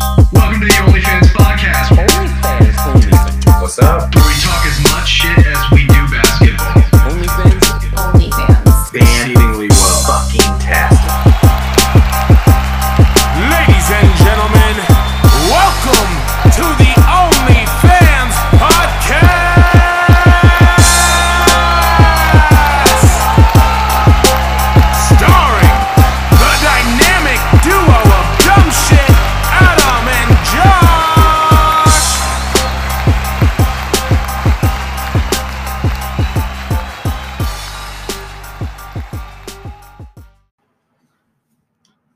the OnlyFans podcast, where OnlyFans, OnlyFans, What's up? we talk as much shit as we do basketball. OnlyFans. OnlyFans. Exceedingly well. Fucking tastic. Ladies and gentlemen, welcome to the OnlyFans podcast, starring the dynamic duo of dumb shit Adam and Josh.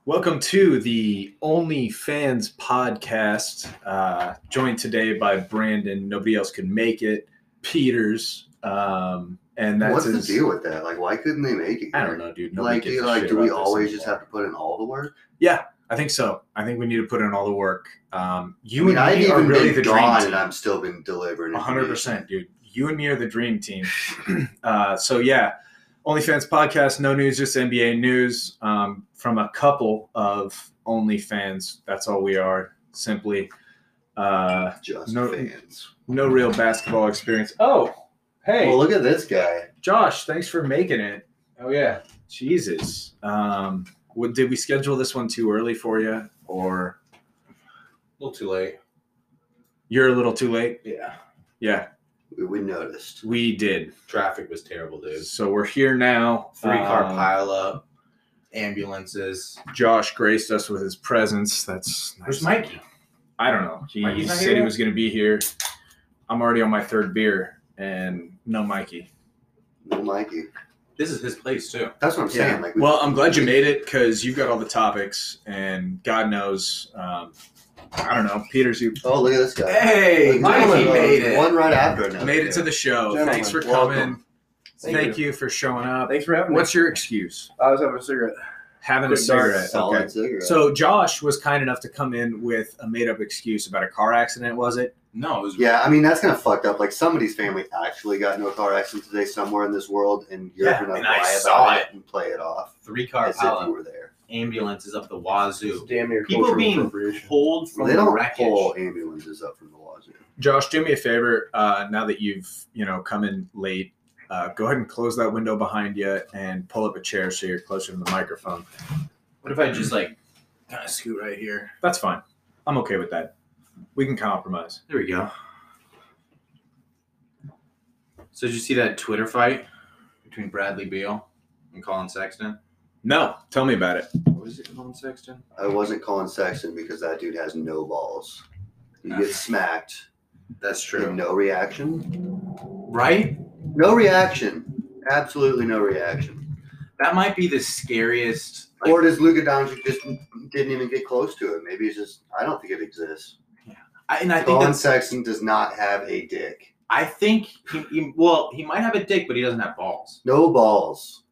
Welcome to the OnlyFans podcast. Uh, joined today by Brandon. Nobody else could make it. Peters. Um, and that's What's his- the deal with that? Like, why couldn't they make it? I don't know, dude. Nobody Like, gives do, a like, shit do about we this always anymore. just have to put in all the work? Yeah, I think so. I think we need to put in all the work. Um, you I mean, and I've me even are really been the dream gone, team. and I'm still been delivering. One hundred information. percent, dude. You and me are the dream team. uh, so yeah, OnlyFans podcast, no news, just NBA news um, from a couple of OnlyFans. That's all we are. Simply, uh, Just No- fans. no real basketball experience. Oh, hey, Well, look at this guy. Josh, thanks for making it. Oh yeah, Jesus. Um, what, did we schedule this one too early for you, or A little too late. you're a little too late? Yeah. Yeah, We, we noticed. we did. Traffic was terrible, dude. So we're here now. Three car Um, pile up, ambulances. Josh graced us with his presence. That's nice. Where's Mikey? I don't know. He Mikey's not said here he yet? was going to be here. I'm already on my third beer, and no Mikey. No Mikey. This is his place too. That's what I'm saying. Like, we, Well, I'm glad you made it because you've got all the topics, and God knows, um, I don't know. Peters, you oh, look at this guy. Hey, Like, gentlemen, uh, One right after another. made it to the show. Gentlemen, Thanks for coming. welcome. Thank, you. for showing up. Thanks for having What's your excuse? me. I was having a cigarette. Having a Quick cigarette. Solid Okay. cigarette. So Josh was kind enough to come in with a made-up excuse about a car accident. Was it? No, it was yeah, I mean that's kind of fucked up. Like somebody's family actually got into a car accident today somewhere in this world, and you're Yeah, gonna and I lie saw about it and play it off three car as if you pile up, were there. ambulances up the It's wazoo. damn near People cultural being appropriation. pulled from They the don't wreckage. pull ambulances up from the lozenge. Josh, do me a favor. Uh, now that you've you know come in late, uh, go ahead and close that window behind you and pull up a chair so you're closer to the microphone. What if I just like kind of scoot right here? That's fine. I'm okay with that. We can compromise. There we go. So did you see that Twitter fight between Bradley Beal and Colin Sexton? No, tell me about it. What is it, Colin Sexton? I wasn't calling Sexton because that dude has no balls. You Nah. get smacked That's and true. no reaction. Right? No reaction. Absolutely no reaction. That might be the scariest. like, Or does Luka Doncic just didn't even get close to it? Maybe it's just I don't think it exists. I, and I think Colin that's. Sexton does not have a dick. I think he, he- well, he might have a dick, but he doesn't have balls, No balls.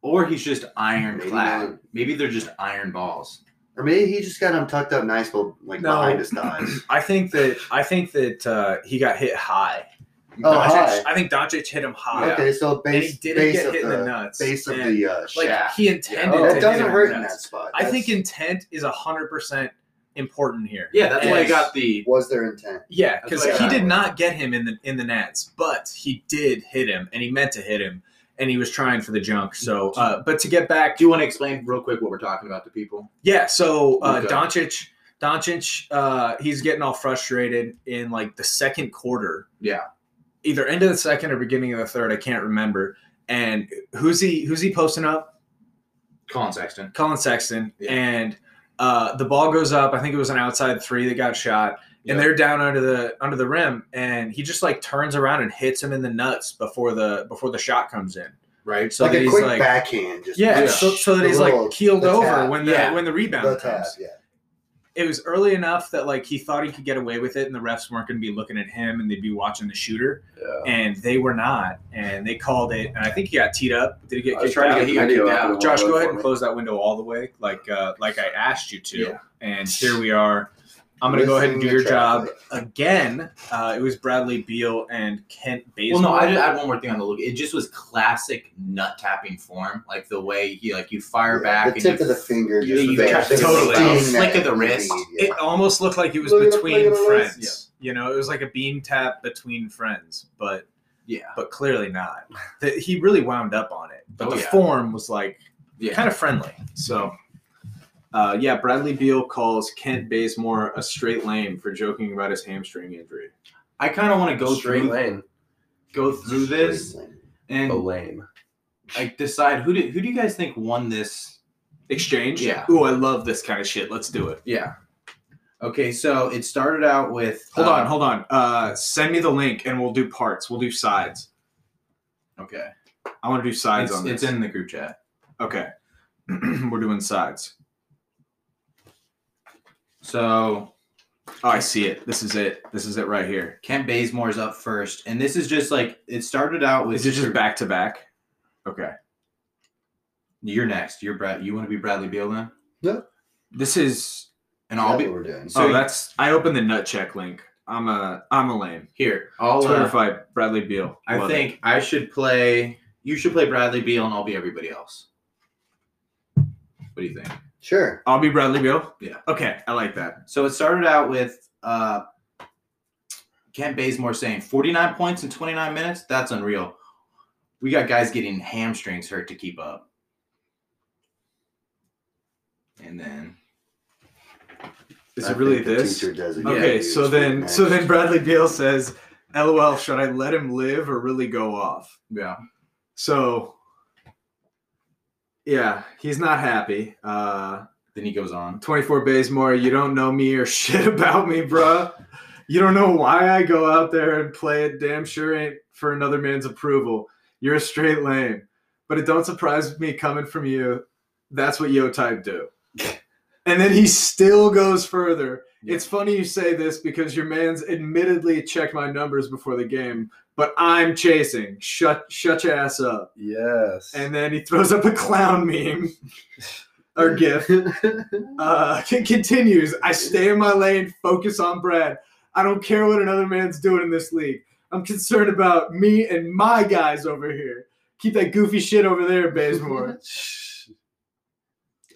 or he's just ironclad. Maybe Maybe, they're just iron balls. Or maybe he just got him tucked up nice, but like No. behind his thighs. I think that I think that uh, he got hit high. Oh, Doncic- hi. I think Doncic hit him high. Okay, so And base he didn't base get of hit in the the nuts. base of and, the uh, like shaft. he intended. Oh, to that doesn't hit him hurt in the in that nuts. spot. I think That's- intent is hundred percent important here. Yeah, that's why I Yes. got the. was their intent. Yeah, That's because what I he got. did not get him in the in the Nats, but he did hit him, and he meant to hit him, and he was trying for the junk. So, uh, but to get back, Do you want to explain real quick what we're talking about to people? yeah. So uh, Okay. Doncic, Doncic, uh, he's getting all frustrated in like the second quarter. Yeah. either end of the second or beginning of the third. I can't remember. And who's he? Who's he posting up? Colin Sexton. Colin Sexton, Yeah. and uh, the ball goes up. I think it was an outside three that got shot, and Yeah. they're down under the under the rim, and he just like turns around and hits him in the nuts before the before the shot comes in. Right. So like that a he's quick like, backhand. Just yeah, Yeah. So, so that The he's little- like keeled the over tap. when the Yeah. when the rebound the tap. comes. Yeah. It was early enough that like he thought he could get away with it, and the refs weren't going to be looking at him, and they'd be watching the shooter, and they were not, and they called it. And I think he got teed up. Did he get I was kicked trying to out? get he the got video kicked up out. and it Josh, won't go load ahead for and me. close that window all the way, like uh, like I asked you to. Yeah. And here we are. I'm going to go ahead and do Listening your to job traffic. again. Uh, it was Bradley Beal and Kent Bazemore. Well, no, I, just, I have one more thing on the look. It just was classic nut tapping form, like the way he like you fire back The and tip you of the finger. you- Just you there. catch the totally. Sting flick that of the wrist. immediate. It almost looked like it was Look at- between look at the friends. lights. You know, it was like a beam tap between friends, but yeah, but clearly not. The, he really wound up on it, but the Oh, yeah. form was like yeah. kind of friendly. So, uh, yeah, Bradley Beal calls Kent Bazemore a straight lame for joking about his hamstring injury. I kind of want to go straight through lane. go through this The and lame. like decide who do who do you guys think won this? Exchange? Yeah. Ooh, I love this kind of shit. Let's do it. Yeah. Okay, so it started out with Hold uh, on, hold on. Uh, send me the link and we'll do parts. We'll do sides. Okay, I want to do sides it's, on this. it's in the group chat. okay. We're doing sides. So Oh, I see it. This is it. This is it right here. Kent Bazemore is up first, and this is just like it started out with. Is it just back to back? Okay. You're next. You're Brad. You want to be Bradley Beal then? This is. And I'll That's be what we're doing. So- oh, that's. I opened the nut check link. I'm a. I'm a lame. here. I'll. Twitter Uh, fight Bradley Beal. I Love think I should play. You should play Bradley Beal, and I'll be everybody else. What do you think? Sure. it. I'll be Bradley Beal. Yeah. Okay, I like that. So it started out with uh, Kent Bazemore saying 49 points in 29 minutes. That's unreal. We got guys getting hamstrings hurt to keep up. And then Is I it really think the this? teacher designated Okay, you so to then, next. so then Bradley Beal says, "LOL, should I let him live or really go off?" yeah, So, yeah, he's not happy. Uh, then he goes on. 24 Bazemore, you don't know me or shit about me, bruh. You don't know why I go out there and play it. Damn sure ain't for another man's approval. You're a straight lame, but it don't surprise me coming from you. That's what Yo type do. And then he still goes further. It's funny you say this because your man's admittedly checked my numbers before the game, but I'm chasing. Shut shut your ass up. Yes. And then he throws up a clown meme or gif. Uh, c- continues. I stay in my lane, focus on Brad. I don't care what another man's doing in this league. I'm concerned about me and my guys over here. Keep that goofy shit over there, Bazemore.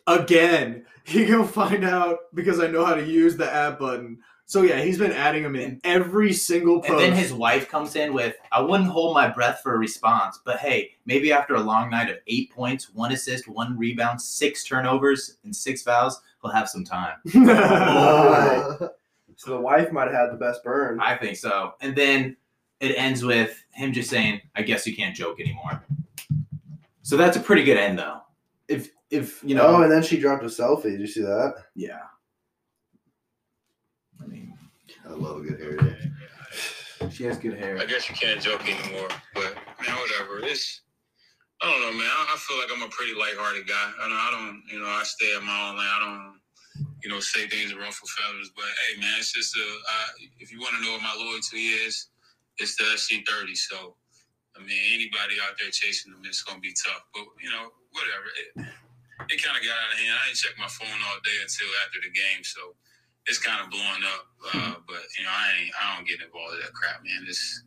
Again, he gonna find out because I know how to use the app button. So yeah, he's been adding them in every single post. And then his wife comes in with, I wouldn't hold my breath for a response, but hey, maybe after a long night of eight points, one assist, one rebound, six turnovers, and six fouls, he'll have some time. uh, Oh. so the wife might have had the best burn. I think so. And then it ends with him just saying, I guess you can't joke anymore. So that's a pretty good end, though. If, if you know, Oh, and then she dropped a selfie. Did you see that? yeah. I mean, I love a good hair day. she has good hair. I guess you can't joke anymore, but man, whatever. It's I don't know, man. I, I feel like I'm a pretty lighthearted guy. I don't, I don't, you know, I stay in my own lane. I don't, you know, say things that ruffle feathers. But hey, man, it's just a. I, if you want to know what my loyalty is, it's the SC30. So, I mean, anybody out there chasing them, it's gonna be tough. But you know, whatever. It, it kind of got out of hand. I didn't check my phone all day until after the game, so it's kind of blowing up. Uh, but you know, I ain't, I don't get involved in that crap, man. It's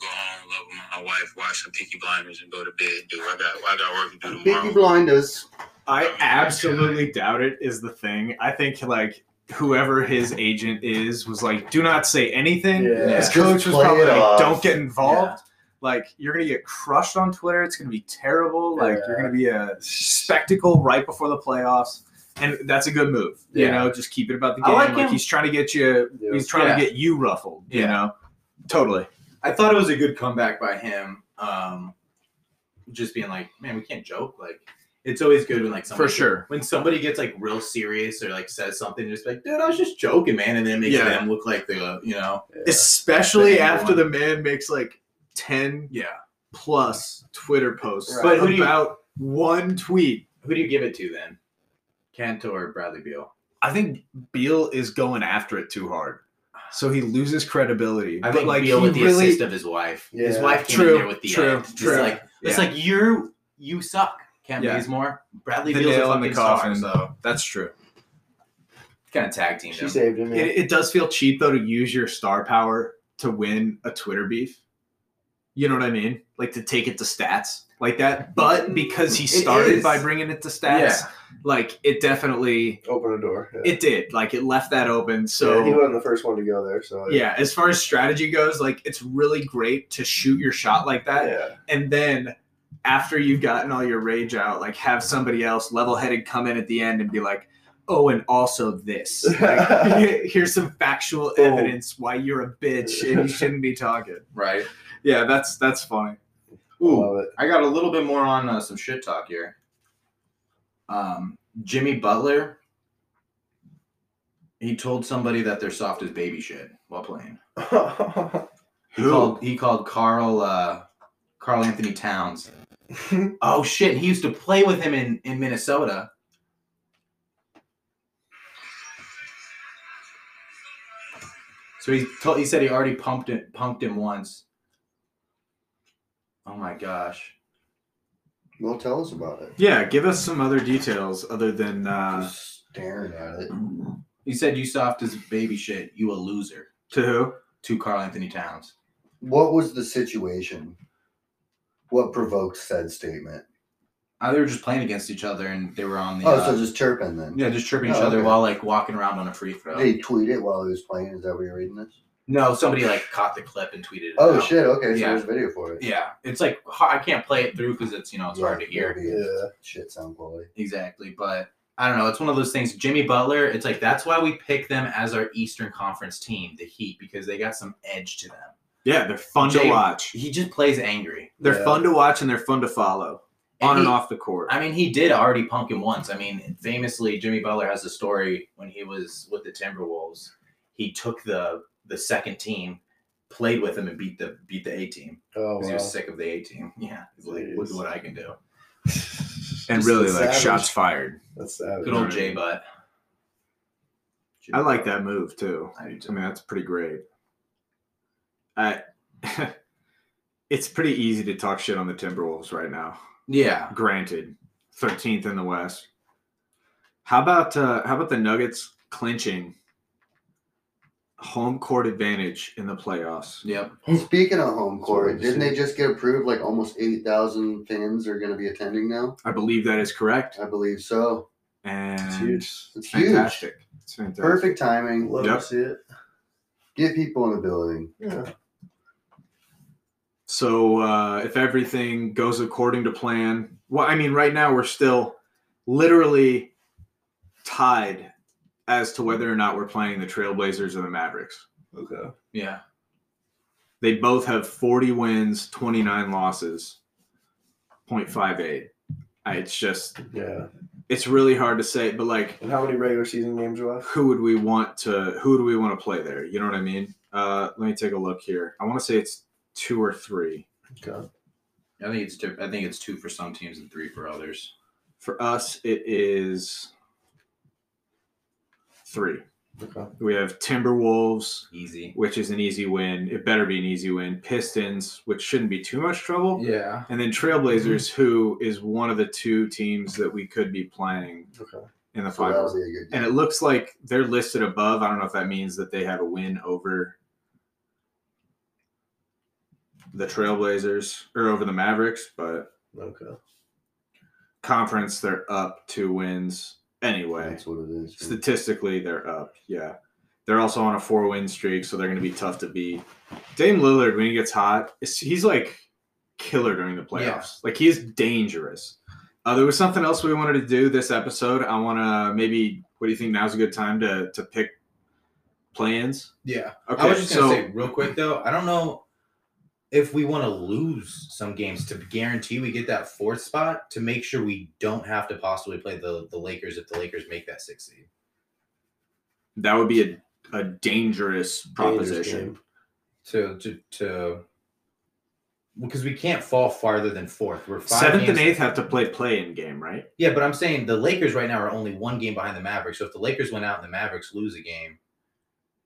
go home, love my wife, watch some Peaky Blinders, and go to bed. Dude, I got I got work to do tomorrow. Peaky Blinders. I absolutely doubt it is the thing. I think like whoever his agent is was like, do not say anything. Yeah. His Just coach was play probably it like, off. don't get involved. Like you're gonna get crushed on Twitter. It's gonna be terrible. Like you're gonna be a spectacle right before the playoffs. And that's a good move. You Yeah. know, just keep it about the I game. like him. he's trying to get you Yeah. he's trying Yeah. to get you ruffled, you Yeah. know? Totally. I thought it was a good comeback by him. Um, just being like, man, we can't joke. Like, it's always good when like somebody sure. when somebody gets like real serious or like says something, just like, dude, I was just joking, man, and then it makes Yeah. them look like the uh, you know, Especially The after one. the man makes like ten yeah. plus Twitter posts Right. But who do you- about one tweet. Who do you give it to then? Kent or Bradley Beal? I think Beal is going after it too hard, so he loses credibility. I but think like Beal he with the really, assist of his wife. His Yeah. wife came True, in there with the true, end. Just true. like it's Yeah. like you you suck, Kent Yeah. Bazemore. Bradley The Beal's a nail in fucking the star, coffin. so that's true. kind of tag team She him. saved him. Yeah. It, it does feel cheap though to use your star power to win a Twitter beef. You know what I mean? Like to take it to stats like that. But because he It started is. by bringing it to stats, like it definitely Open a door. Yeah. it did. Like it left that open. Yeah, he So wasn't the first one to go there. So yeah, as far as strategy goes, like it's really great to shoot your shot like that yeah. and then after you've gotten all your rage out, like have somebody else level-headed come in at the end and be like, "Oh, and also this. Like, here's some factual Boom. evidence why you're a bitch and you shouldn't be talking." Right. Yeah, that's that's funny. Ooh, Love it. I got a little bit more on uh, some shit talk here. Um, Jimmy Butler, he told somebody that they're soft as baby shit while playing. He called he called Carl uh, Carl Anthony Towns. oh shit, he used to play with him in in Minnesota. So he told, he said he already pumped it pumped him once. Oh my gosh. Well, tell us about it. Yeah, give us some other details other than uh, Just staring at it. He said you soft as baby shit, you a loser to who? to Carl Anthony Towns. What was the situation? What provoked said statement? Uh, they were just playing against each other and they were on the Oh, uh, so just chirping then. yeah, just tripping each Oh, other okay. while like walking around on a free throw. Did he tweet it while he was playing? Is that what you're reading this? No, somebody like caught the clip and tweeted it. Oh out. shit! Okay, so Yeah. there's video for it. Yeah, it's like ha- I can't play it through because it's you know it's hard to Yeah, hear maybe it's Shit sound quality. exactly. But I don't know. It's one of those things. Jimmy Butler. It's like that's why we pick them as our Eastern Conference team, the Heat, because they got some edge to them. Yeah, they're fun Jay- to watch. He just plays angry. They're Yeah. fun to watch and they're fun to follow on he- and off the court. I mean, he did already punk him once. I mean, famously, Jimmy Butler has a story when he was with the Timberwolves. He took the the second team, played with him, and beat the beat the A team Oh because wow. he was sick of the A team. Yeah, he's like, look at Jeez. what I can do. and just really, a like savage. shots fired. That's savage. Good old J Butt. I like that move too. I do I mean, that's pretty great. I, it's pretty easy to talk shit on the Timberwolves right now. Yeah. Granted, thirteenth in the West. How about uh, how about the Nuggets clinching home court advantage in the playoffs? Yep. Speaking of home That's what I court, was didn't saying. they just get approved? Like almost eight thousand fans are going to be attending now. I believe that is correct, I believe so. and it's, huge. It's huge. fantastic. It's fantastic. Perfect timing. Love Yep. to see it. Get people in the building. Yeah. So uh, if everything goes according to plan, well, I mean, right now we're still literally tied as to whether or not we're playing the Trailblazers or the Mavericks. Okay. Yeah. They both have 40 wins, 29 losses, 0.58. I- It's just, Yeah. it's really hard to say, but like, And how many regular season games are left? who would we want to who do we want to play there you know what i mean uh let me take a look here i want to say it's two or three Okay. I think it's two, I think it's two for some teams and three for others. for us it is three Okay. we have timberwolves Easy. which is an easy win it better be an easy win pistons which shouldn't be too much trouble Yeah. and then trailblazers who is one of the two teams that we could be playing Okay. in the So that'll finals be a good. Game. and it looks like they're listed above. I don't know if that means that they have a win over the Trailblazers or over the Mavericks, but Okay. conference they're up two wins anyway. That's what it is. Statistically, they're up. Yeah, they're also on a four win streak, so they're going to be tough to beat. Dame Lillard, when he gets hot, it's- he's like killer during the playoffs. Yeah. Like he is dangerous. Uh, there was something else we wanted to do this episode. I want to maybe. What do you think? Now's a good time to to pick plans. Yeah. Okay, I was just so gonna say real quick though, I don't know if we want to lose some games to guarantee we get that fourth spot to make sure we don't have to possibly play the, the Lakers if the Lakers make that six seed. that would be a a dangerous proposition. game. To to to because we can't fall farther than fourth. We're five Seventh games- and eighth have to play play in game, right? Yeah, but I'm saying the Lakers right now are only one game behind the Mavericks. So if the Lakers went out and the Mavericks lose a game,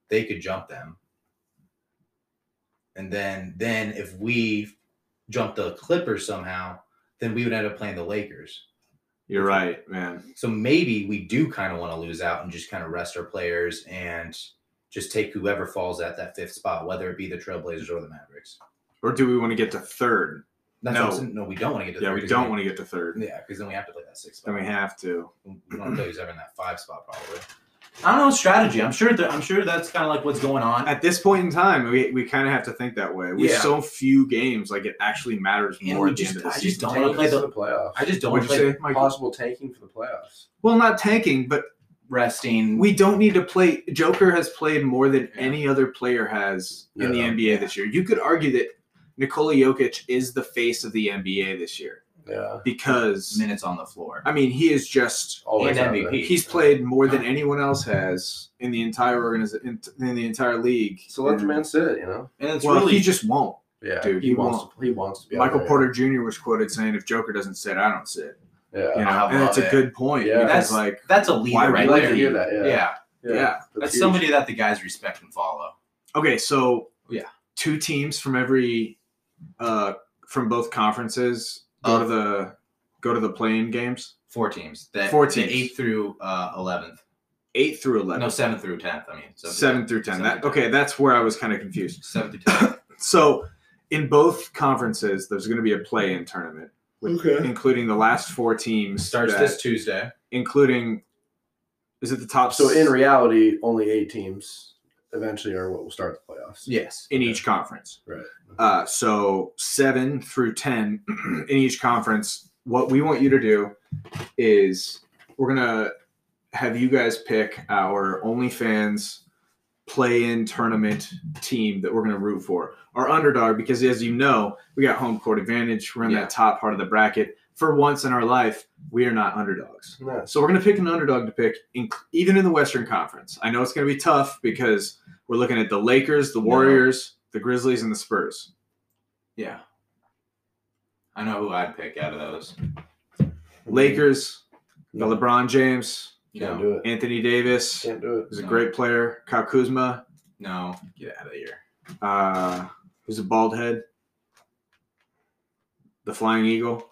they could jump them. And then then if we jump the Clippers somehow, then we would end up playing the Lakers. You're right, man. So maybe we do kind of want to lose out and just kind of rest our players and just take whoever falls at that fifth spot, whether it be the Trailblazers or the Mavericks. Or do we want to get to third? That's what I'm No. saying. no, we don't want to get to Yeah, three we 'cause don't then- want to get to third. Yeah, because then we have to play that six spot. Then we have to. we want to play whoever in that five spot probably. I don't know strategy. I'm sure. That, I'm sure that's kind of like what's going on. At this point in time, we, we kind of have to think that way. With Yeah. so few games, like it actually matters And more we at the just- end of the I just season. don't wanna play Tanking the- for playoffs. I just don't want What'd to you say, play Michael? possible tanking for the playoffs. Well, not tanking, but resting. we don't need to play. Joker has played more than Yeah. any other player has in the Yeah. NBA this year. You could argue that Nikola Jokic is the face of the NBA this year Yeah, because minutes on the floor. I mean he is just always And have MVP. that. he's played more than anyone else has in the entire organiz- in, in the entire league. So let the man sit. You know. And it's well, really he just won't. Yeah, Dude, he, he wants. won't. To, he wants to be. out Michael there. Porter Jr. was quoted saying, "If Joker doesn't sit, I don't sit." Yeah, You know, I and that's love a it. good point. Yeah. because, That's- like that's a leader Why would right I'd like to there. hear that. Yeah, yeah. yeah. that's huge. somebody that the guys respect and follow. Okay, so Yeah. two teams from every uh from both conferences go to Of- the go to the playing games. Four teams. That, Four the teams. eighth through uh, eleventh. Eight through eleven. no, seventh through tenth. I mean, so seven through ten. seven That through okay, that's where I was kind of confused. Seven through ten. So in both conferences, there's gonna be a play in tournament. With, Okay. Including the last four teams Starts that- this Tuesday. including is it the top So s- in reality, only eight teams eventually are what will start the playoffs. Yes. in each conference. Right. Uh, so seven through ten in each conference. What we want you to do is we're gonna have you guys pick our OnlyFans play-in tournament team that we're gonna root for. Our underdog, because as you know, we got home court advantage. We're in Yeah. that top part of the bracket. For once in our life, we are not underdogs. Nice. So we're going to pick an underdog to pick, in, even in the Western Conference. I know it's going to be tough because we're looking at the Lakers, the Warriors, the Grizzlies, and the Spurs. Yeah. I know who I'd pick out of those. Lakers, the Yeah. LeBron James, Can't No, do it. Anthony Davis, Can't do it. who's a great player, Kyle Kuzma, no, get out of here. uh, who's a bald head, the Flying Eagle.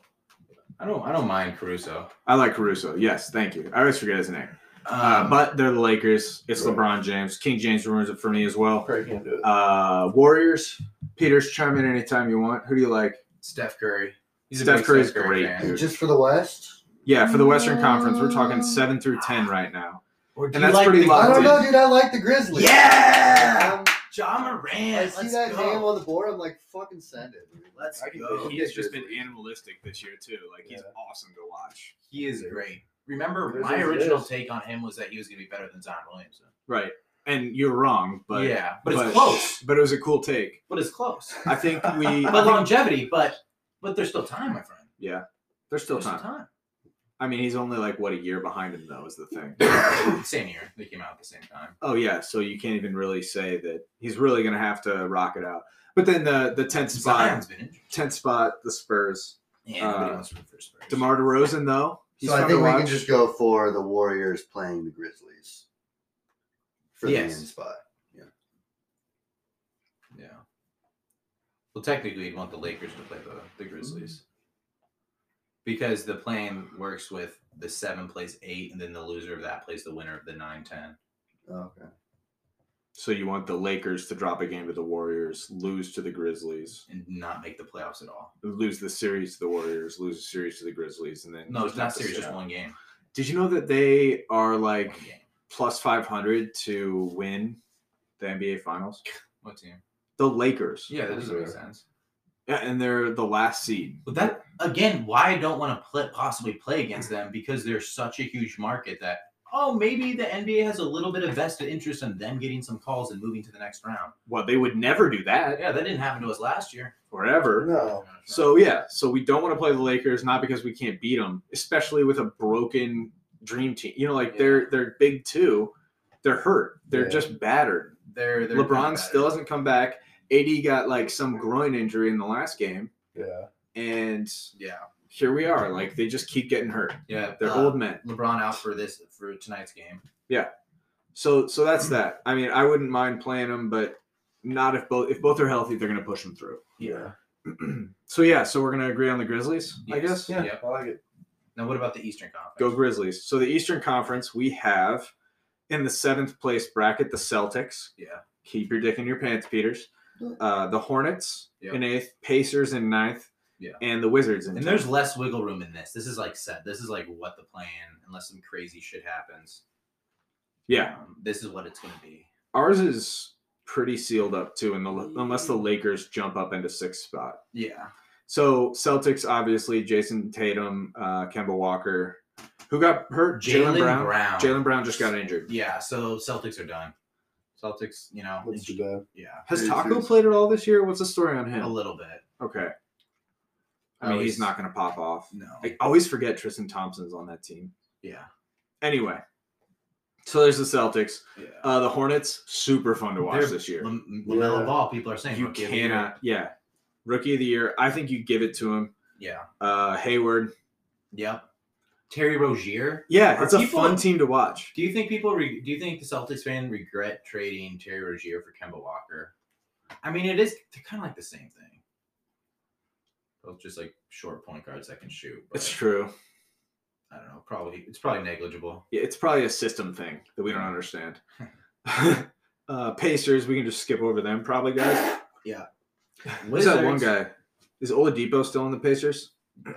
I don't. I don't mind Caruso. I like Caruso. Yes, thank you. I always forget his name. Uh, Um, but they're the Lakers. It's Right. LeBron James. King James ruins it for me as well. Craig can't do it. Uh, Warriors. Peters, chime in anytime you want. Who do you like? Steph Curry. He's a Steph big Curry's Curry great, fan. dude. Just for the West? Yeah, for the Western Conference, we're Mm. talking seven through ten right now. Or do And you that's like pretty the- locked I don't in. know, dude. I like the Grizzlies. Yeah! Um, John Moran. I see that name on the board. I'm like, fucking send it. dude. Let's I can go. do it. He has just been animalistic this year too. Like he's awesome to watch. He is great. Remember, Grizzlies my original is. take on him was that he was going to be better than Zion Williamson. Right, and you're wrong, but yeah, but, it's close. But it was a cool take. But it's close. I think we. But I think, longevity, but but there's still time, my friend. there's still There's time. I mean, he's only like what a year behind him though is the thing. time. Same year. They came out at the same time. Oh yeah, so you can't even really say that he's really gonna have to rock it out. But then the the tenth spot, Zion's been injured. tenth spot, the Spurs. Yeah, nobody Uh, wants to root for the Spurs. Demar Derozan though, he's So I fun think to we watch. can just go for the Warriors playing the Grizzlies for Yes. the end spot. Yeah. Well, technically, you'd want the Lakers to play the, the Grizzlies because the plan works with the seven plays eight, and then the loser of that plays the winner of the nine ten. Okay. So you want the Lakers to drop a game to the Warriors, lose to the Grizzlies, and not make the playoffs at all. lose the series to the Warriors, lose the series to the Grizzlies, and then No, it's not just have to serious. sit Just out. one game. Did you know that they are One like game. plus five hundred to win the NBA Finals? What team? The Lakers, Yeah, that doesn't make sense. yeah, and they're the last seed. But that again, why I don't want to pl- possibly play against them because they're such a huge market that oh maybe the NBA has a little bit of vested interest in them getting some calls and moving to the next round. Well, they would never do that Yeah, that didn't happen to us last year. forever. No. So yeah, so we don't want to play the Lakers, not because we can't beat them, especially with a broken dream team. You know, like they're they're big two, they're hurt, they're Yeah. just battered. they're, they're LeBron still hasn't come back. AD got like some groin injury in the last game, Yeah. and yeah here we are. Like they just keep getting hurt. yeah They're uh, old men. LeBron out for this for tonight's game. So so that's that. I mean, I wouldn't mind playing them, but not if both if both are healthy, they're gonna push them through. Yeah. so yeah, so we're gonna agree on the Grizzlies, I Yes. guess. Yeah. Yep. I like it. Now, what about the Eastern Conference? Go Grizzlies. So the Eastern Conference, we have in the seventh place bracket the Celtics. Yeah. Mm. Keep your dick in your pants, Peters. Uh, the Hornets Yep. in eighth, Pacers in ninth, Yeah. and the Wizards in And tenth. there's less wiggle room in this. This is like set. This is like what the plan, unless some crazy shit happens. Yeah, Um, this is what it's going to be. ours is pretty sealed up too, in the, unless the Lakers jump up into sixth spot. Yeah. So Celtics, obviously, Jason Tatum, uh, Kemba Walker, who got hurt, Jalen Brown. Jalen Brown just got injured. Yeah. So Celtics are done. Celtics, you know. That's too bad. yeah. Has Hey, Taco Zeus. played at all this year? What's the story on A him? little bit. Okay. I mean, Always- he's not going to pop off. No. I always forget Tristan Thompson's on that team. Yeah. Anyway, so there's the Celtics. Yeah. Uh, the Hornets, super fun to watch They're- this year. Lam- Lamelo Yeah. Ball, people are saying You rookie of the year. cannot, yeah. Rookie of the year. I think you give it to him. Yeah. Uh, Hayward. Yep. Terry Rozier. Yeah, Are it's a people- fun team to watch. Do you think people? Re- do you think the Celtics fan regret trading Terry Rozier for Kemba Walker? I mean, it is kind of like the same thing. Both just like short point guards that can shoot. But It's true. I don't know. Probably it's probably negligible. Yeah, it's probably a system thing that we don't understand. uh, Pacers, we can just skip over them, probably, guys. Who's that one guy? Is Oladipo still in the Pacers?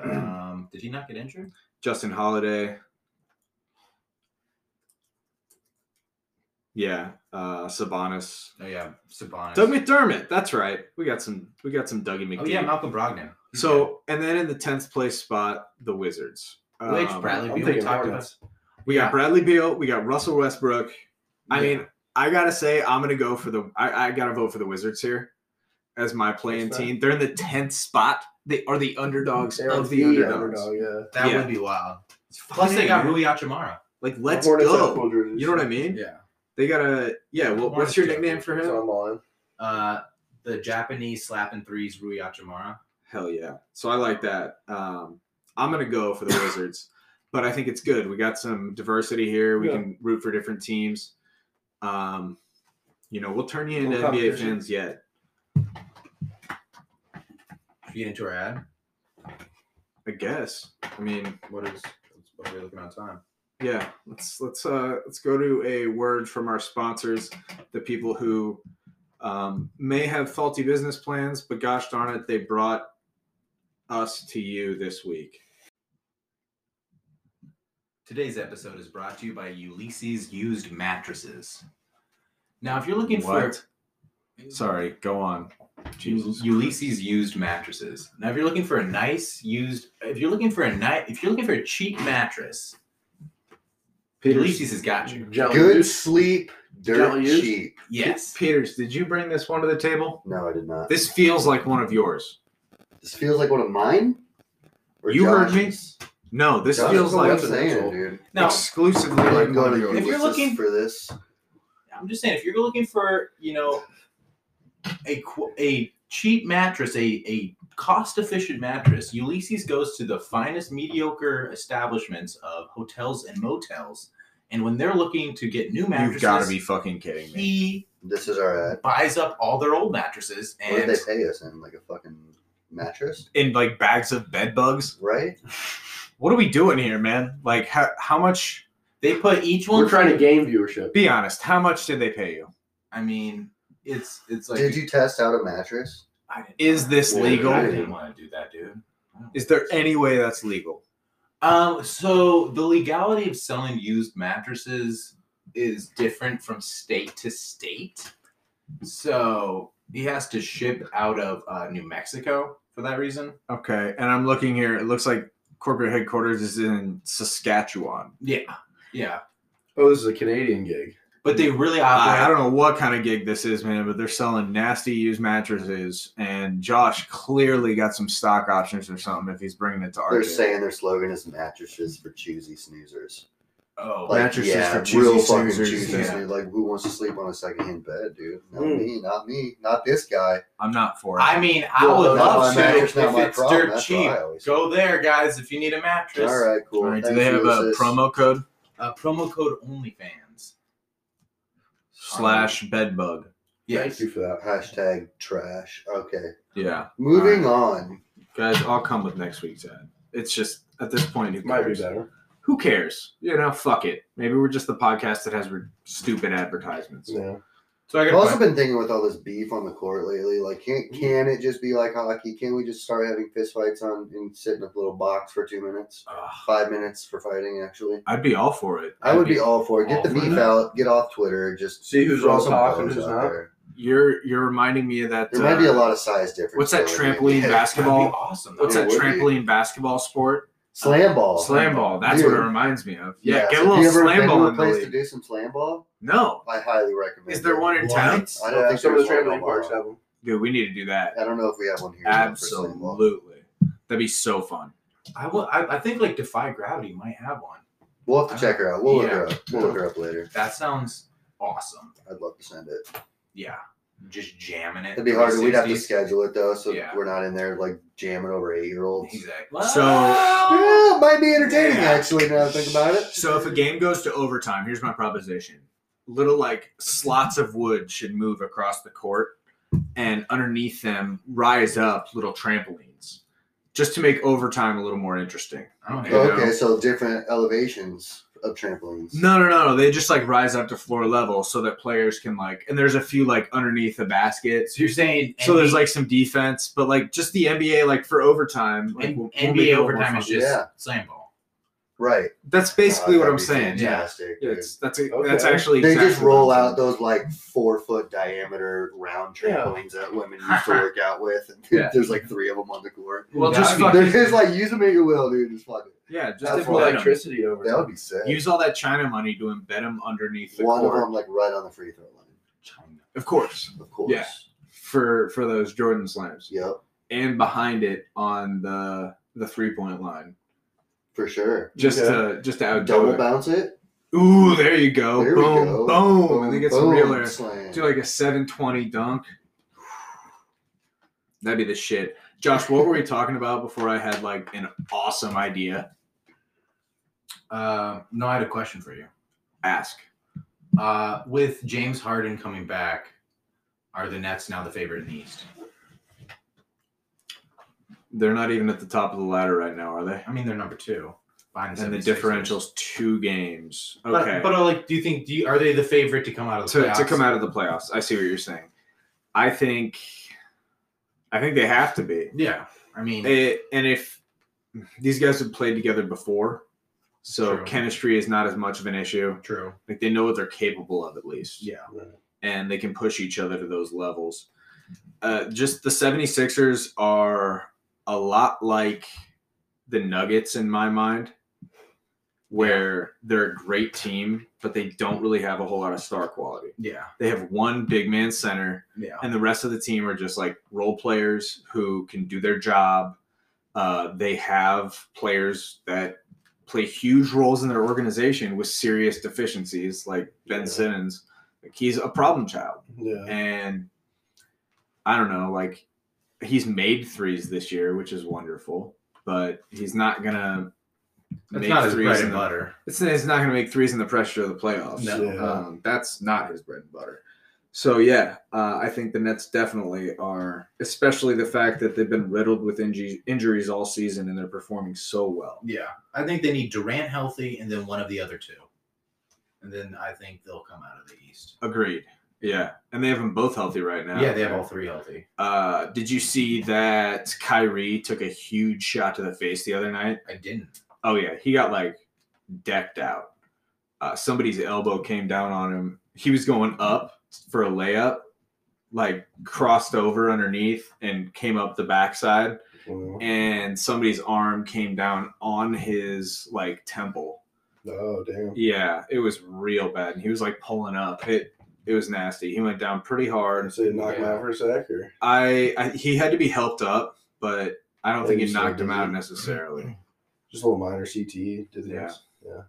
Um, did he not get injured? Justin Holiday. Yeah, uh, Sabonis. Oh yeah, Sabonis. Doug McDermott. That's right. We got some. We got some Dougie McDermott. oh yeah, Malcolm Brogdon. He's so, and then in the tenth place spot, the Wizards. good. which Um, Bradley I'm Beal we thinking talked about. Hornets. We Yeah. got Bradley Beal. We got Russell Westbrook. I Yeah. mean, I gotta say, I'm gonna go for the. I, I gotta vote for the Wizards here as my playing That's fair. team. They're in the tenth spot. They are the underdogs They're of the the, underdogs. underdog, yeah. that yeah. would be wild. Plus they got Rui Achimara. Like, let's The Hornets have go. cool jerseys. You know what I mean? Yeah. They gotta. Yeah. Well, what's Hornets your do have nickname cool for It's him? online. Uh, the Japanese slapping threes, Rui Achimara. Hell yeah. So I like that. Um, I'm gonna go for the Wizards, but I think it's good. We got some diversity here. We Yeah. can root for different teams. Um, you know, we'll turn you Little into NBA competition. fans yet. If you get into our ad. I guess. I mean, What is what are we looking at time? yeah. Let's let's uh let's go to a word from our sponsors, the people who um, may have faulty business plans, but gosh darn it, they brought us to you this week. Today's episode is brought to you by Ulysses Used Mattresses. Now, if you're looking What? for Sorry, go on. Jesus. Ulysses Used Mattresses. Now, if you're looking for a nice used, if you're looking for a night, if you're looking for a cheap mattress, Ulysses has got you. Jelly Good juice. sleep, Don't dirt use- cheap. Yes. Peters, did you bring this one to the table? No, I did not. This feels like one of yours. This feels like one of mine. Or You heard me. Josh's? No, this Josh's feels is what like I'm saying, dude. Now, exclusively I like didn't go one to of yours. If you're Ulysses looking- for this, I'm just saying, if you're looking for, you know, a qu- a cheap mattress, a a cost efficient mattress, Ulysses goes to the finest mediocre establishments of hotels and motels, and when they're looking to get new You've mattresses, got to be fucking kidding me. He this is our ad. buys up all their old mattresses, What and did they pay us in? Like a fucking mattress, In like bags of bed bugs. right? What are we doing here, man? Like, how, how much? they put each one. We're trying to gain viewership. Be honest. How much did they pay you? I mean, it's it's like Did you test out a mattress? I didn't- Is this Well, legal? I didn't want to do that, dude. Is there any way that's legal? Um, so the legality of selling used mattresses is different from state to state. So he has to ship out of uh, New Mexico for that reason. Okay, and I'm looking here. It looks like corporate headquarters is in Saskatchewan. Yeah, yeah. Oh, this is a Canadian gig. But they really I, Uh, I operate. don't know what kind of gig this is, man, but they're selling nasty used mattresses, and Josh clearly got some stock options or something if he's bringing it to our They're gig. saying their slogan is mattresses for choosy snoozers. oh, Like, Mattresses yeah, for choosy real fucking snoozers, choosy yeah. snoo- Like, who wants to sleep on a secondhand bed, dude? Not Mm. me, not me, not this guy. I'm not for it. I mean, I Well, would that's love my to mattress, if not my it's problem. dirt That's what cheap. I always Go there, guys, if you need a mattress. All right, cool. All right, do Thanks, they have a Ulysses. promo code Uh, promo code OnlyFans. slash bedbug? Yes. Thank you for that. Hashtag trash. Okay. Yeah, Moving on. guys, I'll come with next week's ad. It's just at this point, who Might be cares? better. Who cares? You know, fuck it. Maybe we're just the podcast that has re- stupid advertisements. Yeah. So I I've got a also question. been thinking with all this beef on the court lately, like can Hmm. can it just be like hockey? Can we just start having fistfights on and sit in a little box for two minutes, Ugh, five minutes for fighting? Actually, I'd be all for it. I I'd would be all for it. Get all the for beef it. out. Get off Twitter. Just See who's throw all some talk and bones who's out not. there. You're you're reminding me of that. There might be a uh, lot of size difference. what's that though, trampoline yeah. basketball? That'd be awesome. though. What's It that would be. trampoline basketball sport? Slam ball. slam ball. That's Dude. what it reminds me of. Yeah, so get a if you little ever slam been to ball a in the place to league. do some slam ball. No, I highly recommend. is there it. one in town? I don't think some of the there's one trampoline parks have them. Dude, we need to do that. I don't know if we have one here. though, for slam ball. Absolutely, that'd be so fun. I will. I, I think like Defy Gravity might have one. We'll have to check her out. We'll look Yeah. her up. We'll look her up later. That sounds awesome. I'd love to send it. Yeah, just jamming it. It'd be hard. We'd have to 360s. schedule it though, so Yeah. we're not in there like jamming over eight year olds. Yeah, Exactly. So- it might be entertaining Yeah. actually. Now that I think about it. So if a game goes to overtime, here's my proposition. Little like slots of wood should move across the court and underneath them rise up little trampolines just to make overtime a little more interesting. I don't Yeah. know. Oh, Okay, so different elevations of trampolines. No, no, no, no. They just like rise up to floor level so that players can like and there's a few like underneath the basket. So you're saying So there's NBA like some defense, but like just the NBA like for overtime, like N- we'll- we'll make it NBA a little more overtime fun. is just Yeah. slam ball. Right. That's basically Uh, what that'd I'm be saying. Yeah. Fantastic. Yeah, dude. It's, that's a, Okay. that's actually They exactly just roll what I'm out those like four foot diameter round Yeah. trampolines that women used to work out with. Yeah. There's like three of them on the court. Well, just That'd fucking They're just like use them at your will, dude. Just fuck it. yeah, just That's that's for what I electricity over That there. would be sick. Use all that China money to embed them underneath the One of court. them like right on the free throw line, Of course, of course. Yeah. for for those Jordan slams, Yep, and behind it on the the three point line, for sure. just Okay. to just to outdo Double Uh, it. bounce it. Ooh, there you go, There we boom, go. boom, and then get some real boom, air. slam. Do like a seven twenty dunk. That'd be the shit. Josh, what were we talking about before I had like an awesome idea? Uh, no, I had a question for you. Ask. Uh, with James Harden coming back, are the Nets now the favorite in the East? They're not even at the top of the ladder right now, are they? I mean, they're number two behind the And the 76ers. differential's two games. But- Okay. But, uh, like, do you think do you, are they the favorite to come out of the to, playoffs? to come out of the playoffs. I see what you're saying. I think, I think they have to be. Yeah, I mean, It, and if these guys have played together before, so True. chemistry is not as much of an issue. true. Like they know what they're capable of at least. Yeah. Right. And they can push each other to those levels. Uh, just the 76ers are a lot like the Nuggets in my mind, where they're a great team, but they don't really have a whole lot of star quality. Yeah, They have one big man center yeah. and the rest of the team are just like role players who can do their job. Uh, they have players that play huge roles in their organization with serious deficiencies, like Ben Yeah. Simmons. Like he's a problem child, Yeah. and I don't know, like he's made threes this year, which is wonderful, but he's not gonna. That's not his bread in and the- butter. it's, it's not going to make threes in the pressure of the playoffs. No. Yeah. Um, that's not his bread and butter. So yeah, uh, I think the Nets definitely are, especially the fact that they've been riddled with inju- injuries all season and they're performing so well. Yeah, I think they need Durant healthy, and then one of the other two, and then I think they'll come out of the East. Agreed. Yeah, and they have them both healthy right now. Yeah, they have all three healthy. Uh, did you see that Kyrie took a huge shot to the face the other night? I didn't. Oh yeah, he got like decked out. Uh, somebody's elbow came down on him. He was going up for a layup, like crossed over underneath and came up the backside, Well, and somebody's arm came down on his like temple. Oh damn. Yeah, it was real bad, and he was like pulling up. It it was nasty. He went down pretty hard. So you knock him Yeah. out for a sec, or I, I he had to be helped up, but I don't think Yeah, he you said knocked him he- out necessarily. just a little minor CTE? Did Yeah. this? Yeah.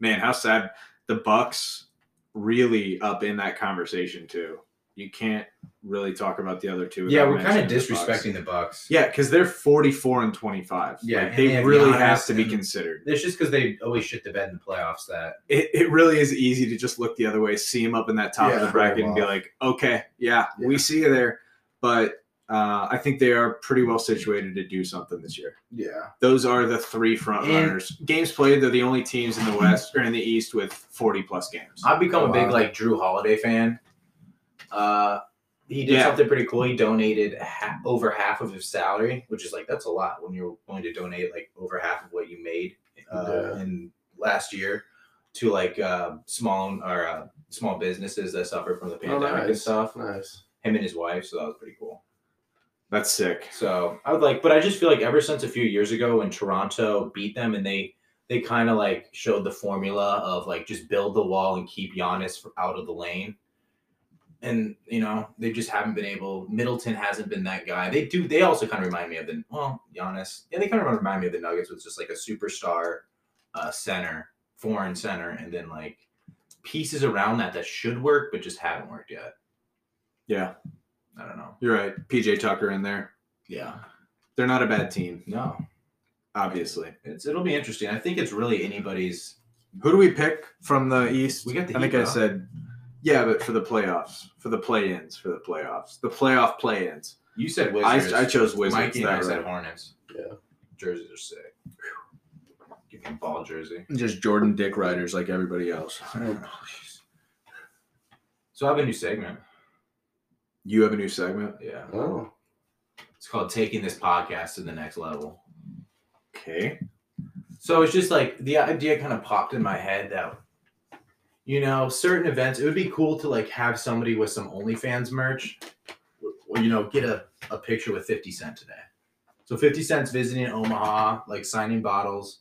man, how sad the Bucks really up in that conversation too. You can't really talk about the other two. Yeah, without we're kind of mentioning the Bucks. disrespecting the Bucks. Yeah, because they're forty-four and twenty-five. Yeah, Like, and they, they have really Giannis have to be and- considered. It's just because they always shit the bed in the playoffs. That It, it really is easy to just look the other way, see him up in that top of Yeah, the bracket, and be wow. like, okay, yeah, we see you there. But Uh, I think they are pretty well situated to do something this year. Yeah. Those are the three front And- runners. Games played, they're the only teams in the West or in the East with 40 plus games. I've become a big Wow. like Drew Holiday fan. Uh, he did Yeah. something pretty cool. He donated ha- over half of his salary, which is like that's a lot when you're willing to donate like over half of what you made uh, in last year to like uh, small or uh, small businesses that suffer from the pandemic and Oh, nice. stuff. Nice. Him and his wife, so that was pretty cool. That's sick. So I would like, but I just feel like ever since a few years ago when Toronto beat them and they they kind of like showed the formula of like just build the wall and keep Giannis out of the lane. And you know they just haven't been able. Middleton hasn't been that guy. They do. They also kind of remind me of the well, Giannis. Yeah, they kind of remind me of the Nuggets with just like a superstar uh, center, foreign center, and then like pieces around that that should work but just haven't worked yet. Yeah, I don't know. you're right. PJ Tucker in there. Yeah. They're not a bad team, No. obviously. It's it'll be interesting. I think it's really anybody's. Who do we pick from the East? We got the I think Heat, I huh? said, yeah, but for the playoffs, for the play-ins, for the playoffs, the playoff play-ins. You said Wizards. I, I chose Wizards. Mikey and I that said round. Hornets. Yeah. jerseys are sick. Give me a ball jersey. Just Jordan Dick riders like everybody else. So I have a new segment. You have a new segment. Yeah, Oh. it's called "Taking This Podcast to the Next Level." Okay. So it's just like the idea kind of popped in my head that you know certain events it would be cool to like have somebody with some OnlyFans merch, w- you know, get a, a picture with Fifty Cent today. So Fifty Cent's visiting Omaha, like signing bottles.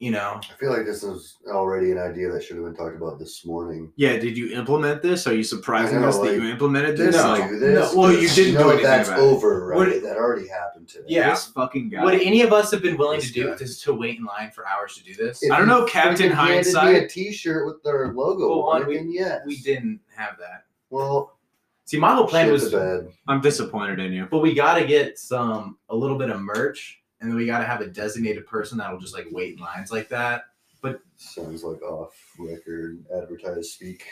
You know, I feel like this is already an idea that should have been talked about this morning. Yeah. Did you implement this? Are you surprising I know, us that like, you implemented Did this? you Like, do this? no, well, you Because didn't do know anything That's about it. over, right? What- that already happened today. Yeah. This fucking guy. would any of us have been willing to This do guy. is to wait in line for hours to do this? If I don't you know, Captain freaking handed me Hindsight. a T-shirt with their logo Well, on one, it. we- then yes, We didn't have that. Well, See, my whole plan shit was the bed. I'm disappointed in you. But we gotta get some a little bit of merch, and then we gotta have a designated person that'll just like wait in lines like that. Sounds like off-record advertise speak.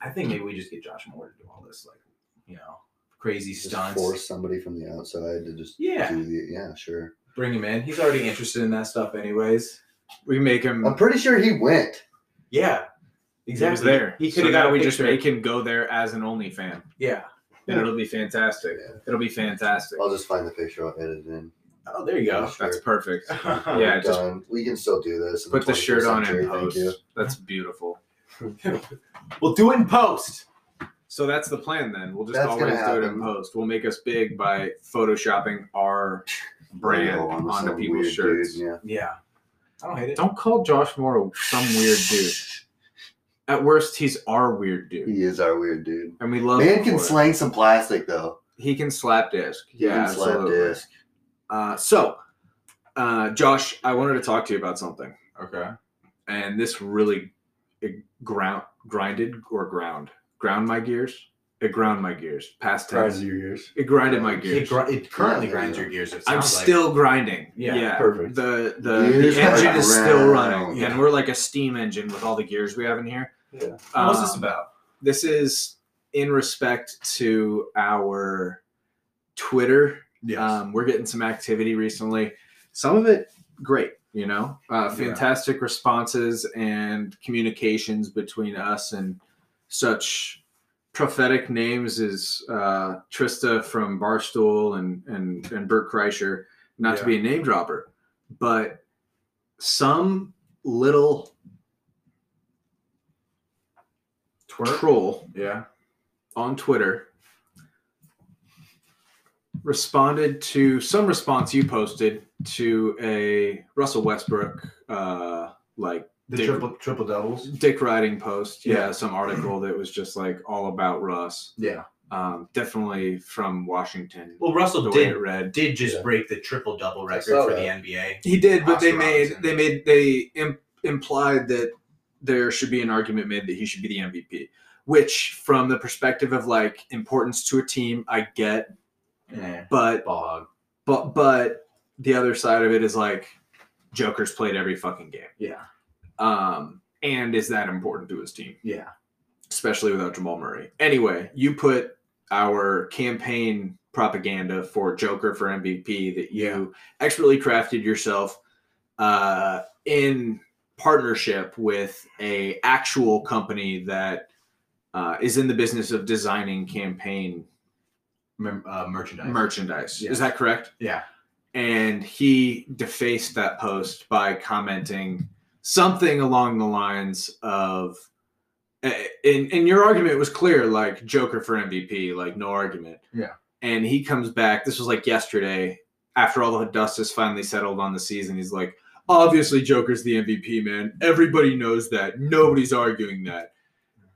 I think maybe we just get Josh Moore to do all this, like you know, crazy Just stunts. force somebody from the outside to just Yeah, do the yeah, sure. bring him in. He's already interested in that stuff, anyways. We make him. I'm pretty sure he went. Yeah, He was exactly. there. He So could have got now a We just picture. make him go there as an OnlyFan, fan, Yeah. and it'll be fantastic. Yeah. It'll be fantastic. I'll just find the picture. I'll edit it in. Oh, there you go. That's Sure. perfect. yeah. Yeah, We're just done. We can still do this. in put the shirt 21st on century, and thank post. you. That's beautiful. We'll do it in post. So that's the plan then. We'll just That's gonna always do it in happen. post. We'll make us big by photoshopping our brand Logo on onto Oh, some people's weird dude, shirts. Yeah. Yeah. I don't hate it. Don't call Josh Moore some weird dude. At worst, he's our weird dude, He is our weird dude. and we love. him Man can for it. slang some plastic though. He can slap disc. He Yeah, can slap absolutely. disc. Uh, so, uh, Josh, I wanted to talk to you about something, Okay. and this really it ground grinded or ground ground my gears. It ground my gears. Past tense. Grinds your ears. It grinded my It, gears. gr- it currently Yeah, there grinds you your gears. It I'm sounds like. still grinding. Yeah, perfect. The the, Gears the engine are is still running, round. and we're like a steam engine with all the gears we have in here. Yeah. Um, What's this about? This is in respect to our Twitter Yeah. um, we're getting some activity recently. Some of it great, you know, uh, Yeah. fantastic responses and communications between us and such prophetic names as uh, Trista from Barstool and and and Bert Kreischer. Not to be Yeah. a name dropper, but some little Twerk. troll Yeah. on Twitter responded to some response you posted to a Russell Westbrook uh, like The Dick- triple triple doubles. dick riding post. Yeah, Yeah. some article that was just like all about Russ. Yeah. Um, definitely from Washington. Well, Russell the way did it read. did just Yeah. break the triple double record saw for that. the NBA. He did, but they Oscar made Robertson. they made they imp- implied that there should be an argument made that he should be the MVP. Which, from the perspective of like importance to a team, I get, Yeah. but Ball hog. but but the other side of it is like Joker's played every fucking game. Yeah. Um, and is that important to his team, Yeah. especially without Jamal Murray? Anyway, you put our campaign propaganda for Joker for MVP that you expertly crafted yourself uh, in partnership with a actual company that uh, is in the business of designing campaign Mer- uh, merchandise. merchandise. Yes. Is that correct? Yeah. And he defaced that post by commenting something along the lines of, a- and, and your argument was clear, like Joker for MVP, like no argument. Yeah. And he comes back, this was like yesterday, after all the dust has finally settled on the season, he's like, obviously Joker's the MVP, man. Everybody knows that. Nobody's arguing that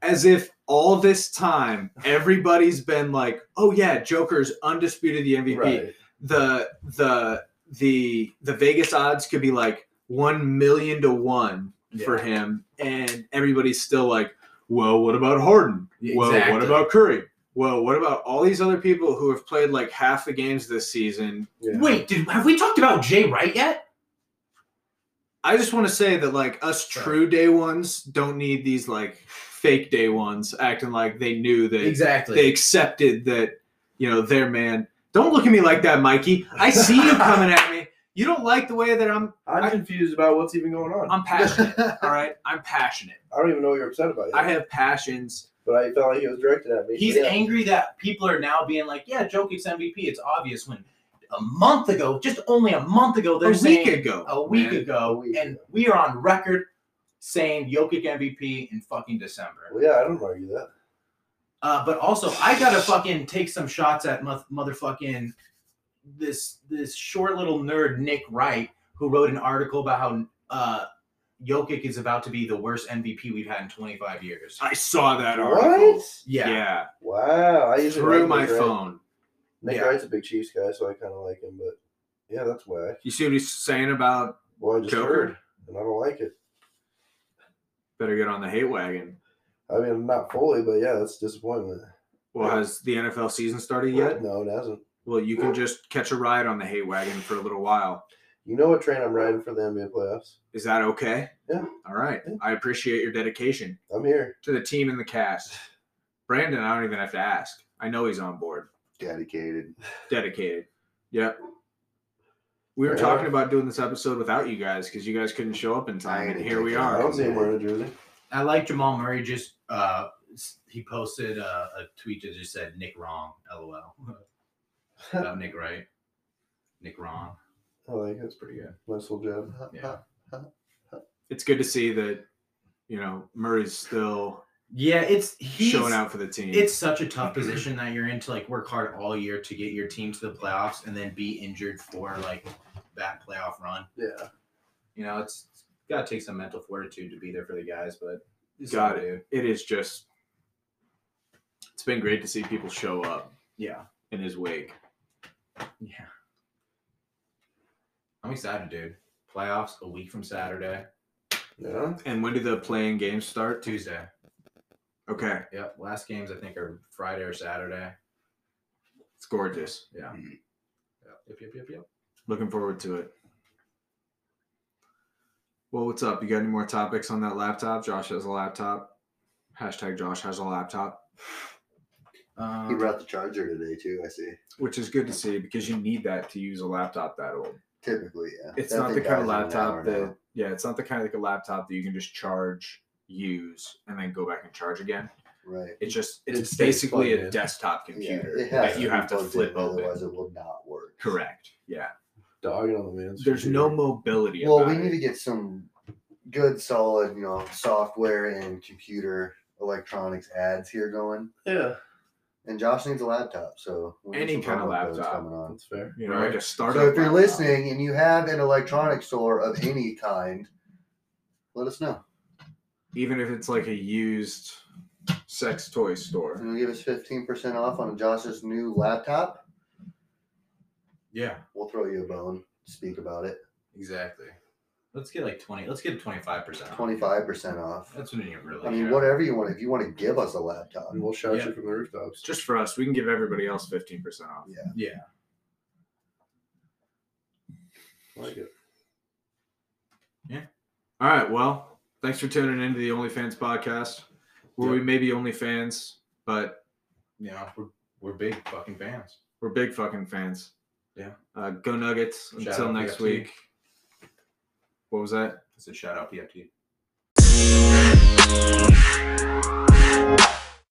as if all this time everybody's been like, "Oh yeah, Joker's undisputed the MVP." Right. The the the the Vegas odds could be like 1 million to 1 for him and everybody's still like, "Well, what about Harden? Well, what Exactly. about Curry? Well, what about all these other people who have played like half the games this season?" Yeah. Wait, did, have we talked about Jay Wright yet? I just want to say that like us true day ones don't need these like fake day ones acting like they knew that Exactly. they accepted that you know their man. Don't look at me like that, Mikey. I see you coming at me. You don't like the way that I'm. I'm I- confused about what's even going on. I'm passionate. all right, I'm passionate. I don't even know what you're upset about. I Yet, have passions. but I felt like he was directed at me. He's Yeah. angry that people are now being like, "Yeah, Jokic's MVP. It's obvious." When a month ago, just only a month ago, they're a week saying ago. a week man. ago, A week and ago. we are on record saying Jokic MVP in fucking December. Well, yeah, I don't argue that. Uh, but also, I gotta fucking take some shots at moth- motherfucking this this short little nerd Nick Wright who wrote an article about how uh, Jokic is about to be the worst MVP we've had in 25 years. I saw that article. What? Yeah, Wow. I usually through like my Nick Wright. phone. Nick Yeah. Wright's a big Chiefs guy, so I kind of like him. But yeah, that's whack. You see what he's saying about Well, I just Joker? heard, and I don't like it. better get on the hate wagon. I mean, not fully, but yeah, that's disappointment. Well, has the NFL season started yet? No, it hasn't. Well, you can just catch a ride on the hate wagon for a little while. You know what train I'm riding for the NBA playoffs? Is that okay? Yeah. All right. Yeah. I appreciate your dedication. I'm here. to the team and the cast. Brandon, I don't even have to ask. I know he's on board, Dedicated. dedicated. Yep. We were Yeah. talking about doing this episode without you guys because you guys couldn't show up in time, and here we I are. don't see him wearing a jersey. I like Jamal Murray. Just uh, s- he posted uh, a tweet that just said "Nick wrong," lol. About Nick right, Nick wrong. I like it. That's pretty good. Nice little job. Yeah. It's good to see that you know Murray's still Yeah, it's he's, showing out for the team. It's such a tough position that you're in to like work hard all year to get your team to the playoffs and then be injured for like that playoff run. Yeah. You know, it's, it's gotta take some mental fortitude to be there for the guys, but it's Got not due. it is just. It's been great to see people show up Yeah, in his wake. yeah. I'm excited, dude. Playoffs a week from Saturday, Yeah. And when do the playing games start? Tuesday. Okay, Yep. Last games I think are Friday or Saturday. it's gorgeous. Yeah. Yep. Yep. Yep. Yep. Looking forward to it. Well, what's up? You got any more topics on that laptop? Josh has a laptop. Hashtag Josh has a laptop, He Um, brought the charger today too. I see. which is good to see because you need that to use a laptop that old. Typically, yeah. It's That not the thing kind of dies in an hour laptop that, now. yeah, it's not the kind of like a laptop that you can just charge, use, and then go back and charge again. Right. It's just, It it's stays basically plugged a in. desktop Yeah, computer it has that you be have to plugged in, flip open. Otherwise, it will not work. Correct. Yeah. Dogging on the man's. There's no computer. mobility. Well, about we it. need to get some good, solid, you know, software and computer electronics ads here going. Yeah. And Josh needs a laptop, so we need Any some kind of promo codes laptop. coming on. That's fair. you know, like a startup. So if you're laptop. listening and you have an electronic store of any kind, let us know. even if it's like a used sex toy store. And give us fifteen percent off on Josh's new laptop. yeah. We'll throw you a bone. Speak about it. Exactly. Let's get like twenty. Let's get twenty five percent. Twenty-five percent off. That's when you really. I mean, care. whatever you want. If you want to give us a laptop, And we'll shout Yeah. you from the rooftops. Just for us, we can give everybody else 15% off. Yeah. I like it. All right. Well, thanks for tuning into the OnlyFans podcast, where we may be OnlyFans, but You know, we're we're big fucking fans. We're big fucking fans. Yeah. Uh, go Nuggets Shout until out next PFT. week. What was that? It's a shout out PFT.